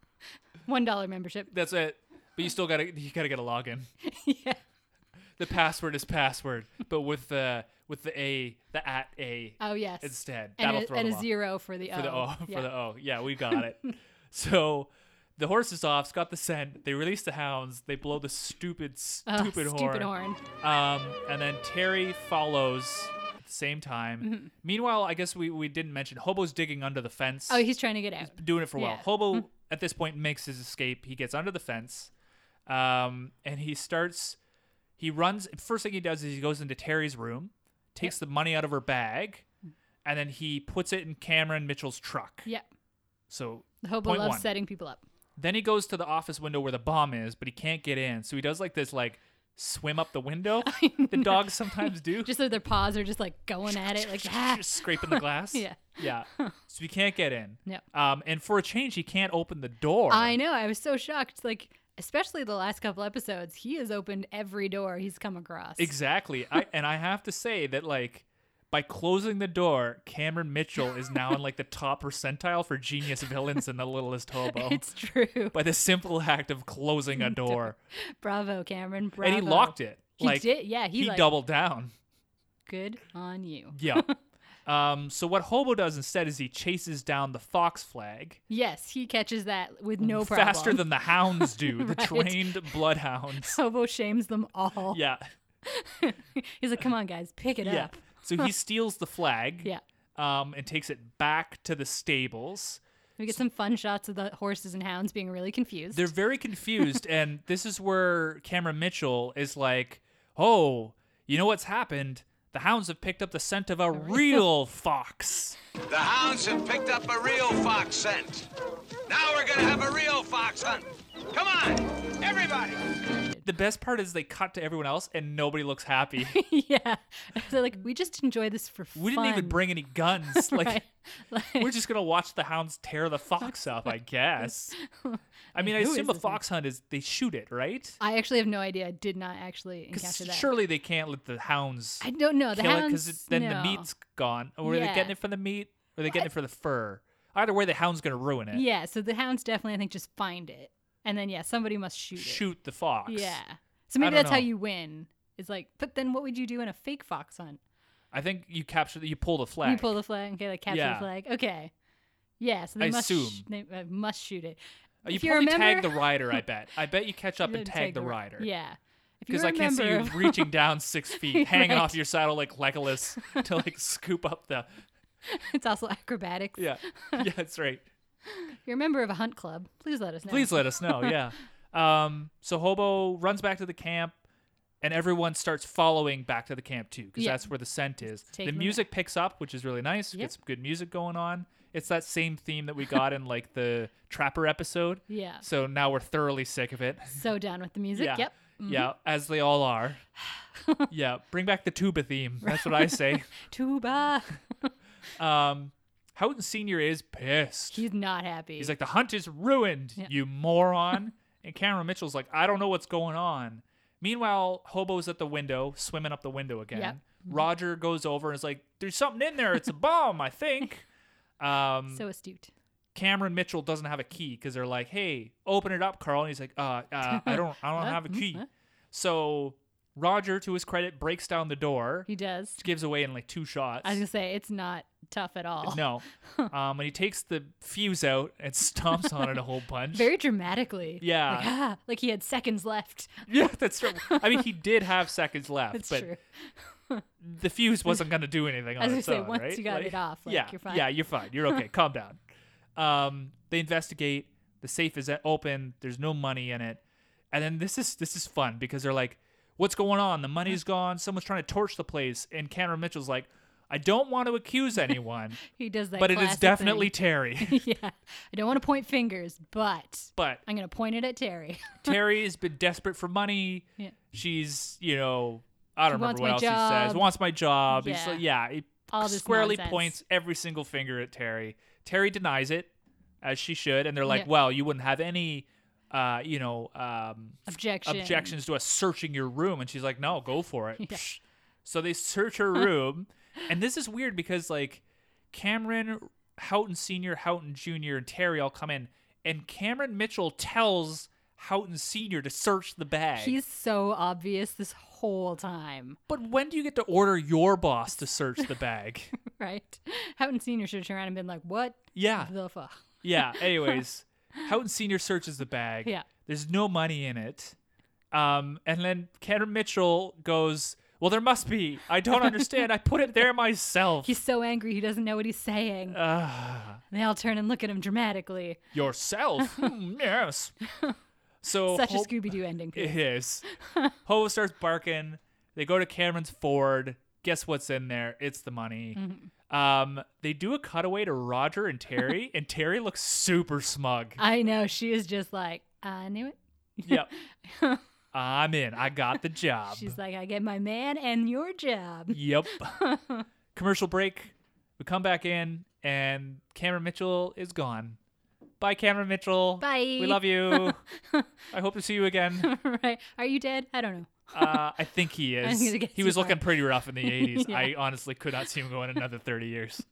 Speaker 2: One dollar membership.
Speaker 1: That's it. But you still gotta you gotta get a login.
Speaker 2: yeah.
Speaker 1: The password is password, but with the with the A the at A
Speaker 2: Oh yes.
Speaker 1: instead.
Speaker 2: and
Speaker 1: That'll
Speaker 2: a,
Speaker 1: throw
Speaker 2: and
Speaker 1: them
Speaker 2: a
Speaker 1: off.
Speaker 2: zero for the O.
Speaker 1: for the O
Speaker 2: yeah.
Speaker 1: for the O. Yeah, we got it. so the horse is off. It's got the scent. They release the hounds. They blow the stupid,
Speaker 2: Ugh,
Speaker 1: stupid horn.
Speaker 2: Oh, Stupid horn.
Speaker 1: Um, and then Terry follows at the same time.
Speaker 2: Mm-hmm.
Speaker 1: Meanwhile, I guess we we didn't mention Hobo's digging under the fence.
Speaker 2: Oh, he's trying to get out.
Speaker 1: doing it for a while.
Speaker 2: yeah. Mm-hmm.
Speaker 1: Hobo at this point makes his escape. He gets under the fence, um, and he starts. He runs. First thing he does is he goes into Terry's room, takes the money out of her bag, and then he puts it in Cameron Mitchell's truck.
Speaker 2: Yeah.
Speaker 1: So
Speaker 2: The hobo
Speaker 1: point
Speaker 2: loves
Speaker 1: one.
Speaker 2: setting people up.
Speaker 1: Then he goes to the office window where the bomb is, but he can't get in. So he does like this, like swim up the window. the dogs sometimes do.
Speaker 2: Just so their paws are just like going at it, like ah.
Speaker 1: Just scraping the glass.
Speaker 2: Yeah.
Speaker 1: Yeah. So he can't get in.
Speaker 2: No.
Speaker 1: Um, and for a change, he can't open the door.
Speaker 2: I know. I was so shocked. Like, especially the last couple episodes, he has opened every door he's come across.
Speaker 1: Exactly. I and I have to say that like by closing the door, Cameron Mitchell is now in like the top percentile for genius villains in The Littlest Hobo.
Speaker 2: It's true.
Speaker 1: by the simple act of closing a door.
Speaker 2: Bravo, Cameron. Bravo.
Speaker 1: And he locked it.
Speaker 2: He
Speaker 1: like
Speaker 2: did. Yeah, he,
Speaker 1: he
Speaker 2: like,
Speaker 1: doubled down.
Speaker 2: Good on you.
Speaker 1: Yeah. um, so what Hobo does instead is he chases down the fox flag
Speaker 2: Yes, he catches that with no problem.
Speaker 1: faster than the hounds do, the
Speaker 2: Right.
Speaker 1: trained bloodhounds.
Speaker 2: Hobo shames them all.
Speaker 1: Yeah.
Speaker 2: He's like, come on, guys, pick it
Speaker 1: Yeah.
Speaker 2: up.
Speaker 1: So he steals the flag
Speaker 2: Yeah.
Speaker 1: um, and takes it back to the stables.
Speaker 2: We get some fun shots of the horses and hounds being really confused.
Speaker 1: They're very confused, and this is where Cameron Mitchell is like, "Oh, you know what's happened? The hounds have picked up the scent of a real fox."
Speaker 4: The hounds have picked up a real fox scent. Now we're gonna have a real fox hunt. Come on, everybody!
Speaker 1: The best part is they cut to everyone else, and nobody looks happy. we
Speaker 2: yeah. So, like, we just enjoy this for fun.
Speaker 1: didn't even bring any guns. Like,
Speaker 2: Right. Like-
Speaker 1: we're just gonna watch the hounds tear the fox up, I guess. I mean, I
Speaker 2: Who
Speaker 1: assume
Speaker 2: is
Speaker 1: the
Speaker 2: this man?
Speaker 1: fox hunt is they shoot it, right?
Speaker 2: I actually have no idea. I did not actually encounter
Speaker 1: Because
Speaker 2: that.
Speaker 1: surely they can't let the hounds
Speaker 2: I don't know. The
Speaker 1: kill it
Speaker 2: hounds.
Speaker 1: because then
Speaker 2: no.
Speaker 1: the meat's gone. Or are they
Speaker 2: Yeah.
Speaker 1: getting it for the meat? Or are they getting it for the fur? Either way, the hound's gonna ruin it.
Speaker 2: Yeah, so the hounds definitely, I think, just find it, and then yeah, somebody must shoot.
Speaker 1: Shoot the fox.
Speaker 2: It. Yeah. So maybe
Speaker 1: don't
Speaker 2: that's how
Speaker 1: know.
Speaker 2: you win. It's like, but then what would you do in a fake fox hunt?
Speaker 1: I think you capture the, you pull the flag.
Speaker 2: You pull the flag, okay, like capture
Speaker 1: Yeah.
Speaker 2: the flag, okay. Yeah, so they
Speaker 1: I
Speaker 2: must
Speaker 1: assume.
Speaker 2: Sh- they uh, must shoot it.
Speaker 1: Uh, you
Speaker 2: if you
Speaker 1: probably tag
Speaker 2: remember-
Speaker 1: the rider. I bet. I bet you catch up and
Speaker 2: Then
Speaker 1: tag the
Speaker 2: ri-
Speaker 1: rider.
Speaker 2: Yeah. If
Speaker 1: because
Speaker 2: you're
Speaker 1: I
Speaker 2: a
Speaker 1: can't see
Speaker 2: member
Speaker 1: you
Speaker 2: of-
Speaker 1: reaching down six feet, hanging
Speaker 2: Right.
Speaker 1: off your saddle like Legolas to like scoop up the
Speaker 2: it's also acrobatics.
Speaker 1: yeah yeah that's right.
Speaker 2: If you're a member of a hunt club, please let us know.
Speaker 1: Please let us know. Yeah. Um, so Hobo runs back to the camp, and everyone starts following back to the camp too, because
Speaker 2: Yeah.
Speaker 1: that's where the scent is.
Speaker 2: Taking
Speaker 1: the
Speaker 2: them
Speaker 1: music picks up, which is really nice.
Speaker 2: Yep.
Speaker 1: Get some good music going on. It's that same theme that we got in like the Trapper episode.
Speaker 2: Yeah.
Speaker 1: So now we're thoroughly sick of it.
Speaker 2: So down with the music.
Speaker 1: Yeah.
Speaker 2: Yep. Mm-hmm.
Speaker 1: Yeah, as they all are. yeah, bring back the tuba theme. That's what I say.
Speaker 2: Tuba.
Speaker 1: Um, Houghton Senior is pissed.
Speaker 2: He's not happy.
Speaker 1: He's like, the hunt is ruined, you moron. and Cameron Mitchell's like, I don't know what's going on. Meanwhile, Hobo's at the window, swimming up the window again. Mm-hmm.
Speaker 2: Yep.
Speaker 1: Roger goes over and is like, There's something in there. It's a bomb, I think. Um,
Speaker 2: so astute.
Speaker 1: Cameron Mitchell doesn't have a key because they're like, "Hey, open it up, Carl." And he's like, "Uh, uh I don't, I don't have
Speaker 2: Hmm?
Speaker 1: a key." So Roger, to his credit, breaks down the door,
Speaker 2: He does.
Speaker 1: gives away in like two shots.
Speaker 2: I was gonna say it's not tough at all.
Speaker 1: no, um, and he takes the fuse out and stomps on it a whole bunch.
Speaker 2: Very dramatically.
Speaker 1: Yeah.
Speaker 2: Like, ah, like he had seconds left.
Speaker 1: yeah, that's true. I mean, he did have seconds left,
Speaker 2: That's
Speaker 1: but
Speaker 2: true.
Speaker 1: the fuse wasn't going to do anything on
Speaker 2: I was gonna
Speaker 1: its
Speaker 2: say,
Speaker 1: own,
Speaker 2: once
Speaker 1: right?
Speaker 2: you got it off, like,
Speaker 1: yeah,
Speaker 2: you're fine.
Speaker 1: Yeah, you're fine. You're okay. Calm down. Um, they investigate. The safe is e-, open. There's no money in it. And then this is this is fun because they're like, "What's going on? The money's gone. Someone's trying to torch the place." And Cameron Mitchell's like, "I don't want to accuse anyone,
Speaker 2: He does that.
Speaker 1: but it is
Speaker 2: classic
Speaker 1: definitely
Speaker 2: thing.
Speaker 1: Terry."
Speaker 2: yeah. I don't want to point fingers, but
Speaker 1: but
Speaker 2: I'm gonna point it at Terry.
Speaker 1: Terry has been desperate for money.
Speaker 2: Yeah.
Speaker 1: She's, you know, I don't
Speaker 2: wants
Speaker 1: remember what else
Speaker 2: my
Speaker 1: he says.
Speaker 2: job.
Speaker 1: Wants my job. He's
Speaker 2: Yeah.
Speaker 1: like, yeah. He
Speaker 2: All this
Speaker 1: squarely
Speaker 2: nonsense.
Speaker 1: points every single finger at Terry. Terry denies it, as she should, and they're like,
Speaker 2: Yeah.
Speaker 1: well, you wouldn't have any, uh, you know, um,
Speaker 2: Objection.
Speaker 1: objections to us searching your room. And she's like, no, go for it. Psh. So they search her room, and this is weird because like Cameron Houghton Senior, Houghton Junior, and Terry all come in, and Cameron Mitchell tells Houghton Senior to search the bag.
Speaker 2: He's so obvious this whole time,
Speaker 1: but when do you get to order your boss to search the bag?
Speaker 2: right? Houghton Senior should have turned around and been like, "What
Speaker 1: yeah,
Speaker 2: the fuck?"
Speaker 1: yeah. Anyways, Houghton Senior searches the bag.
Speaker 2: Yeah.
Speaker 1: there's no money in it. Um, and then Cameron Mitchell goes, "Well, there must be. I don't understand. I put it there myself."
Speaker 2: He's so angry he doesn't know what he's saying.
Speaker 1: Ah,
Speaker 2: And they all turn and look at him dramatically.
Speaker 1: yourself. Hmm, yes. So
Speaker 2: Such a
Speaker 1: Ho-
Speaker 2: Scooby Doo ending. for
Speaker 1: It
Speaker 2: this.
Speaker 1: is. Ho starts barking. They go to Cameron's Ford. Guess what's in there? It's the money.
Speaker 2: Mm-hmm.
Speaker 1: Um, they do a cutaway to Roger and Terry, and Terry looks super smug.
Speaker 2: I know she is just like, I knew it.
Speaker 1: yep. I'm in. I got the job.
Speaker 2: She's like, I get my man and your job.
Speaker 1: Yep. Commercial break. We come back in, and Cameron Mitchell is gone. Bye, Cameron Mitchell.
Speaker 2: Bye.
Speaker 1: We love you. I hope to see you again.
Speaker 2: right? Are you dead? I don't know.
Speaker 1: Uh, I think he
Speaker 2: I
Speaker 1: is.
Speaker 2: think it gets
Speaker 1: he was
Speaker 2: you
Speaker 1: looking
Speaker 2: far.
Speaker 1: pretty rough in the 80s. I honestly could not see him going another 30 years.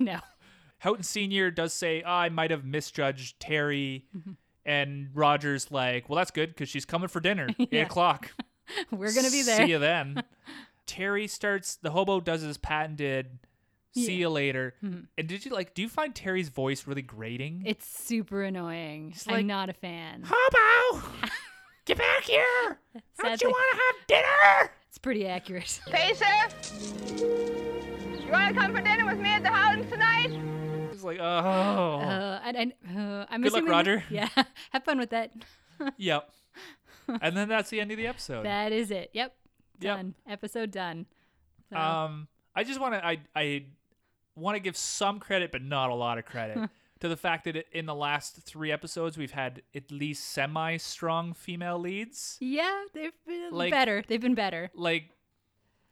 Speaker 2: no.
Speaker 1: Houghton Sr. does say, "Ah, I might have misjudged Terry.
Speaker 2: Mm-hmm.
Speaker 1: And Roger's like, well, that's good because she's coming for dinner, 8 o'clock.
Speaker 2: We're going to be there.
Speaker 1: See you then. Terry starts. The hobo does his patented. See
Speaker 2: Yeah. Mm-hmm.
Speaker 1: you later. And did you like? Do you find Terry's voice really grating?
Speaker 2: It's super annoying.
Speaker 1: like-
Speaker 2: I'm not a fan.
Speaker 1: hobo, get back here!
Speaker 2: Sadly,
Speaker 1: want to have dinner?
Speaker 2: it's pretty accurate.
Speaker 5: Pacer? You want to come for dinner with me at the Howlands tonight?
Speaker 1: It's like, oh,
Speaker 2: Uh, and, and uh, I'm
Speaker 1: Good luck,
Speaker 2: assuming-
Speaker 1: Roger.
Speaker 2: Yeah. Have fun with that.
Speaker 1: yep. and then that's the end of the episode.
Speaker 2: That is it. Yep.
Speaker 1: Yep.
Speaker 2: Done. Episode done. So,
Speaker 1: Um, I just want to I I want to give some credit, but not a lot of credit to the fact that in the last three episodes we've had at least semi strong female leads.
Speaker 2: yeah, they've been
Speaker 1: like-
Speaker 2: better. They've been better.
Speaker 1: Like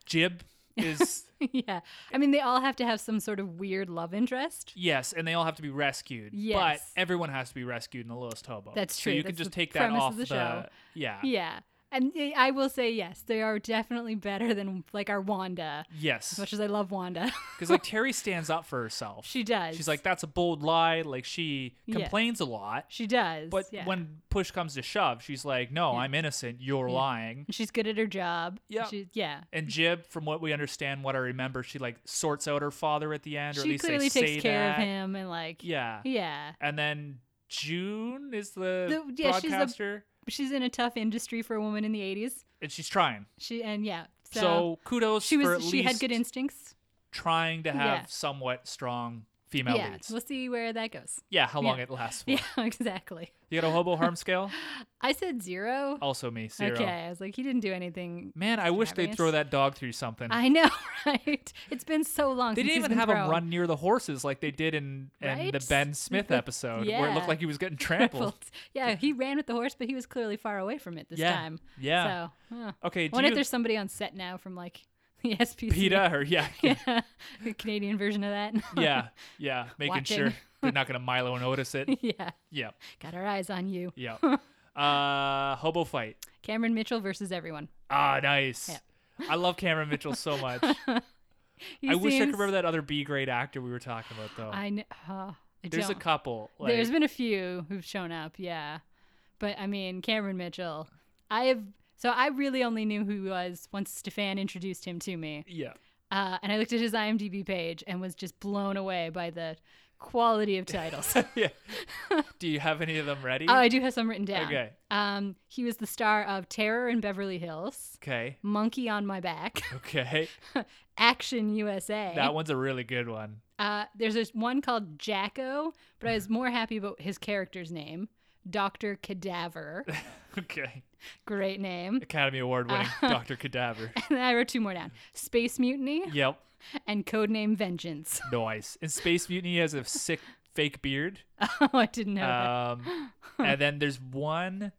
Speaker 1: Jib is
Speaker 2: yeah. I mean, they all have to have some sort of weird love interest.
Speaker 1: yes, and they all have to be rescued.
Speaker 2: Yes.
Speaker 1: but everyone has to be rescued in the lowest hobo.
Speaker 2: That's
Speaker 1: So
Speaker 2: true.
Speaker 1: you can
Speaker 2: That's
Speaker 1: just
Speaker 2: the
Speaker 1: take that
Speaker 2: premise of
Speaker 1: off
Speaker 2: the show.
Speaker 1: Yeah.
Speaker 2: Yeah. And I- I will say yes, they are definitely better than like our Wanda. As
Speaker 1: Yes,
Speaker 2: much as I love Wanda,
Speaker 1: because like Terry stands up for herself.
Speaker 2: She does.
Speaker 1: She's like, "That's a bold lie." Like she
Speaker 2: Yeah.
Speaker 1: complains a lot,
Speaker 2: she does.
Speaker 1: but
Speaker 2: yeah.
Speaker 1: when push comes to shove, she's like, "No, I'm innocent. You're lying."
Speaker 2: And she's good at her job.
Speaker 1: Yeah.
Speaker 2: She, yeah.
Speaker 1: And Jib, from what we understand, what I remember, she like sorts out her father at the end, or at
Speaker 2: She
Speaker 1: least they
Speaker 2: clearly
Speaker 1: say
Speaker 2: takes care
Speaker 1: that.
Speaker 2: of him and like
Speaker 1: Yeah.
Speaker 2: yeah.
Speaker 1: And then June is the,
Speaker 2: The- yeah, she's the-
Speaker 1: broadcaster.
Speaker 2: she's in a tough industry for a woman in the 80s.
Speaker 1: and she's trying.
Speaker 2: She and yeah, so,
Speaker 1: So, kudos
Speaker 2: she
Speaker 1: for at
Speaker 2: was she had good
Speaker 1: least
Speaker 2: instincts.
Speaker 1: trying to have
Speaker 2: Yeah.
Speaker 1: somewhat strong female
Speaker 2: yeah,
Speaker 1: leads.
Speaker 2: we'll see where that goes.
Speaker 1: Yeah, how long
Speaker 2: yeah.
Speaker 1: it lasts for.
Speaker 2: Yeah, exactly.
Speaker 1: You got a hobo harm scale?
Speaker 2: I said zero.
Speaker 1: Also me, zero.
Speaker 2: Okay, I was like, he didn't do anything.
Speaker 1: Man, I wish they'd
Speaker 2: Gnabrious.
Speaker 1: throw that dog through something.
Speaker 2: I know, right? It's been so long.
Speaker 1: they
Speaker 2: since
Speaker 1: didn't
Speaker 2: he's
Speaker 1: even
Speaker 2: been
Speaker 1: have him
Speaker 2: thrown.
Speaker 1: run near the horses like they did in, in the
Speaker 2: Right?
Speaker 1: Ben Smith episode, where it
Speaker 2: Yeah.
Speaker 1: looked like he was getting trampled.
Speaker 2: Trampled. Yeah, he ran with the horse, but he was clearly far away from it this
Speaker 1: Yeah,
Speaker 2: time.
Speaker 1: yeah.
Speaker 2: So, huh.
Speaker 1: Okay, do
Speaker 2: wonder if
Speaker 1: you
Speaker 2: there's somebody on set now from like the SPCA.
Speaker 1: PETA or yeah,
Speaker 2: yeah, the Canadian version of that.
Speaker 1: yeah, yeah, making
Speaker 2: Watching.
Speaker 1: sure they're not gonna Milo notice it.
Speaker 2: yeah.
Speaker 1: Yeah,
Speaker 2: Got our eyes on you.
Speaker 1: yeah. Uh, hobo fight.
Speaker 2: Cameron Mitchell versus everyone.
Speaker 1: Ah, nice. I love Cameron Mitchell so much.
Speaker 2: He
Speaker 1: I wish I could
Speaker 2: seems-
Speaker 1: remember that other B grade actor we were talking about though.
Speaker 2: I know. Uh, I
Speaker 1: There's a
Speaker 2: don't.
Speaker 1: couple. Like,
Speaker 2: There's been a few who've shown up, yeah. But I mean, Cameron Mitchell. I have so I really only knew who he was once Stefan introduced him to me,
Speaker 1: yeah,
Speaker 2: uh, and I looked at his IMDb page and was just blown away by the quality of titles. oh,
Speaker 1: yeah. do you have any of them ready?
Speaker 2: I do have some written down.
Speaker 1: Okay.
Speaker 2: Um, he was the star of Terror in Beverly Hills,
Speaker 1: okay,
Speaker 2: Monkey on My Back,
Speaker 1: okay.
Speaker 2: Action USA.
Speaker 1: That one's a really good one.
Speaker 2: Uh, there's this one called Jacko, but I was more happy about his character's name, Doctor Cadaver.
Speaker 1: Okay.
Speaker 2: Great name.
Speaker 1: Academy Award winning
Speaker 2: Uh.
Speaker 1: Dr. Cadaver.
Speaker 2: And I wrote two more down Space Mutiny
Speaker 1: Yep.
Speaker 2: and Codename Vengeance.
Speaker 1: Nice. In Space Mutiny has a sick fake beard.
Speaker 2: oh, I didn't know that.
Speaker 1: Um, and then there's one.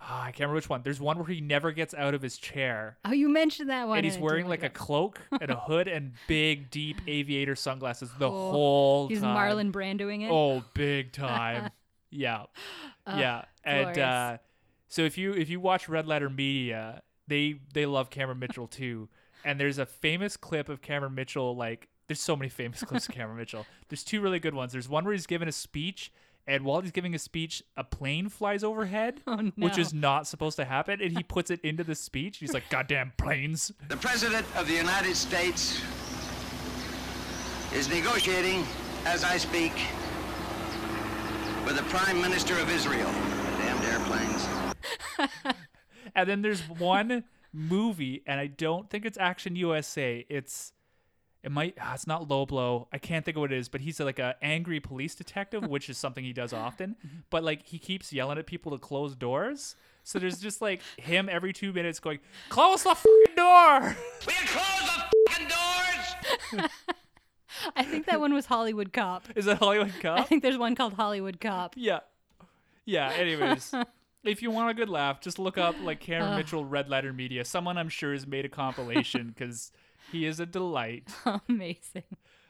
Speaker 1: ah, I can't remember which one. There's one where he never gets out of his chair.
Speaker 2: Oh, you mentioned that one.
Speaker 1: And he's
Speaker 2: I didn't
Speaker 1: wearing
Speaker 2: look
Speaker 1: like a
Speaker 2: it up.
Speaker 1: cloak and a hood and big, deep aviator sunglasses the whole
Speaker 2: He's
Speaker 1: time.
Speaker 2: Marlon Brandoing it.
Speaker 1: Oh, big time. yeah. yeah. And
Speaker 2: glorious.
Speaker 1: uh, so if you if you watch Red Letter Media, they they love Cameron Mitchell too. And there's a famous clip of Cameron Mitchell like there's so many famous clips of Cameron Mitchell. There's two really good ones. There's one where he's giving a speech and while he's giving a speech, a plane flies overhead, which
Speaker 2: Oh, no.
Speaker 1: is not supposed to happen, and he puts it into the speech. He's like, "Goddamn planes!"
Speaker 4: The President of the United States is negotiating, as I speak, with the Prime Minister of Israel. Damned airplanes.
Speaker 1: And then there's one movie, and I don't think it's Action USA. It's it might ah, it's not low blow. I can't think of what it is, but he's like a angry police detective, which is something he does often. But like he keeps yelling at people to close doors. So there's just like him every two minutes going, "Close the f***ing door."
Speaker 4: Will you close the fucking doors?
Speaker 2: I think that one was Hollywood Cop.
Speaker 1: Is that Hollywood
Speaker 2: I
Speaker 1: Cop?
Speaker 2: think there's one called Hollywood Cop.
Speaker 1: Yeah, yeah. Anyways. If you want a good laugh, just look up like Cameron Mitchell Red Letter Media. Someone I'm sure has made a compilation because he is a delight.
Speaker 2: Amazing.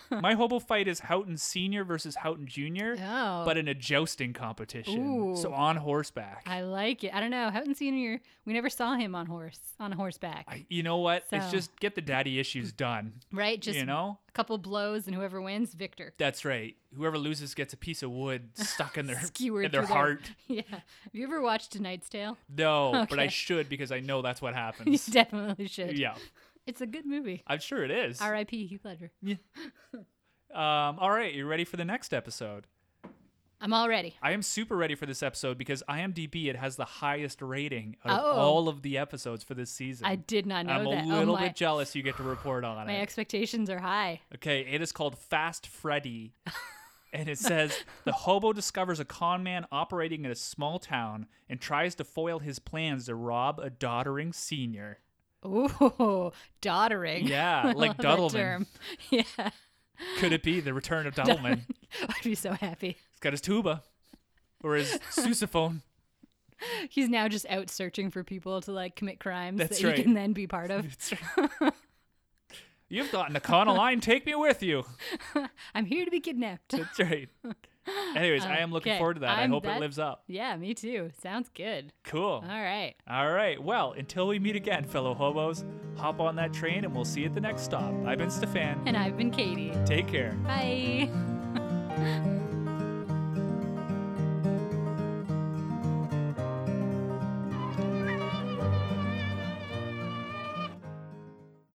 Speaker 1: My hobo fight is Houghton Senior versus Houghton Junior,
Speaker 2: Oh.
Speaker 1: but in a jousting competition. So
Speaker 2: Ooh.
Speaker 1: on horseback.
Speaker 2: I like it. I don't know. Houghton Senior. We never saw him on horse on horseback,
Speaker 1: you know what? It's
Speaker 2: So-
Speaker 1: just get the daddy issues done.
Speaker 2: right? Just
Speaker 1: you know?
Speaker 2: a couple blows, and whoever wins, victor.
Speaker 1: That's right. Whoever loses gets a piece of wood stuck in their
Speaker 2: Skewered
Speaker 1: in their
Speaker 2: through
Speaker 1: heart.
Speaker 2: Yeah. Have you ever watched A Knight's Tale?
Speaker 1: No, but I
Speaker 2: Okay.
Speaker 1: should because I know that's what
Speaker 2: You
Speaker 1: happens.
Speaker 2: definitely should.
Speaker 1: yeah.
Speaker 2: It's a good movie.
Speaker 1: I'm sure it is.
Speaker 2: R.I.P. Heath Ledger.
Speaker 1: Um, all right, you ready for the next episode?
Speaker 2: I'm all ready.
Speaker 1: I am super ready for this episode because IMDb it has the highest rating out of
Speaker 2: Oh.
Speaker 1: all of the episodes for this season.
Speaker 2: I did not know
Speaker 1: I'm
Speaker 2: that.
Speaker 1: a little
Speaker 2: oh, my,
Speaker 1: bit jealous you get to report on
Speaker 2: my
Speaker 1: it.
Speaker 2: expectations are high.
Speaker 1: Okay, it is called Fast Freddy. and it says the hobo discovers a con man operating in a small town and tries to foil his plans to rob a doddering senior.
Speaker 2: Ooh, doddering.
Speaker 1: Yeah, like
Speaker 2: That
Speaker 1: Duddleman.
Speaker 2: term. Yeah,
Speaker 1: Could it be the return of Duddleman?
Speaker 2: I'd be so happy.
Speaker 1: He's got his tuba or his sousaphone.
Speaker 2: He's now just out searching for people to like commit crimes
Speaker 1: That's
Speaker 2: that
Speaker 1: right.
Speaker 2: he can then be part of.
Speaker 1: You've gotten a con line, take me with you.
Speaker 2: I'm here to be kidnapped.
Speaker 1: That's right. Anyways, I am looking
Speaker 2: Okay,
Speaker 1: forward to that. i
Speaker 2: I'm-
Speaker 1: hope it
Speaker 2: that-
Speaker 1: lives up.
Speaker 2: Yeah, me too. Sounds good.
Speaker 1: Cool.
Speaker 2: All right.
Speaker 1: All right. Well, until we meet again, fellow hobos, hop on that train and we'll see you at the next stop. I've been Stefan.
Speaker 2: And I've been Katie.
Speaker 1: Take care.
Speaker 2: Bye.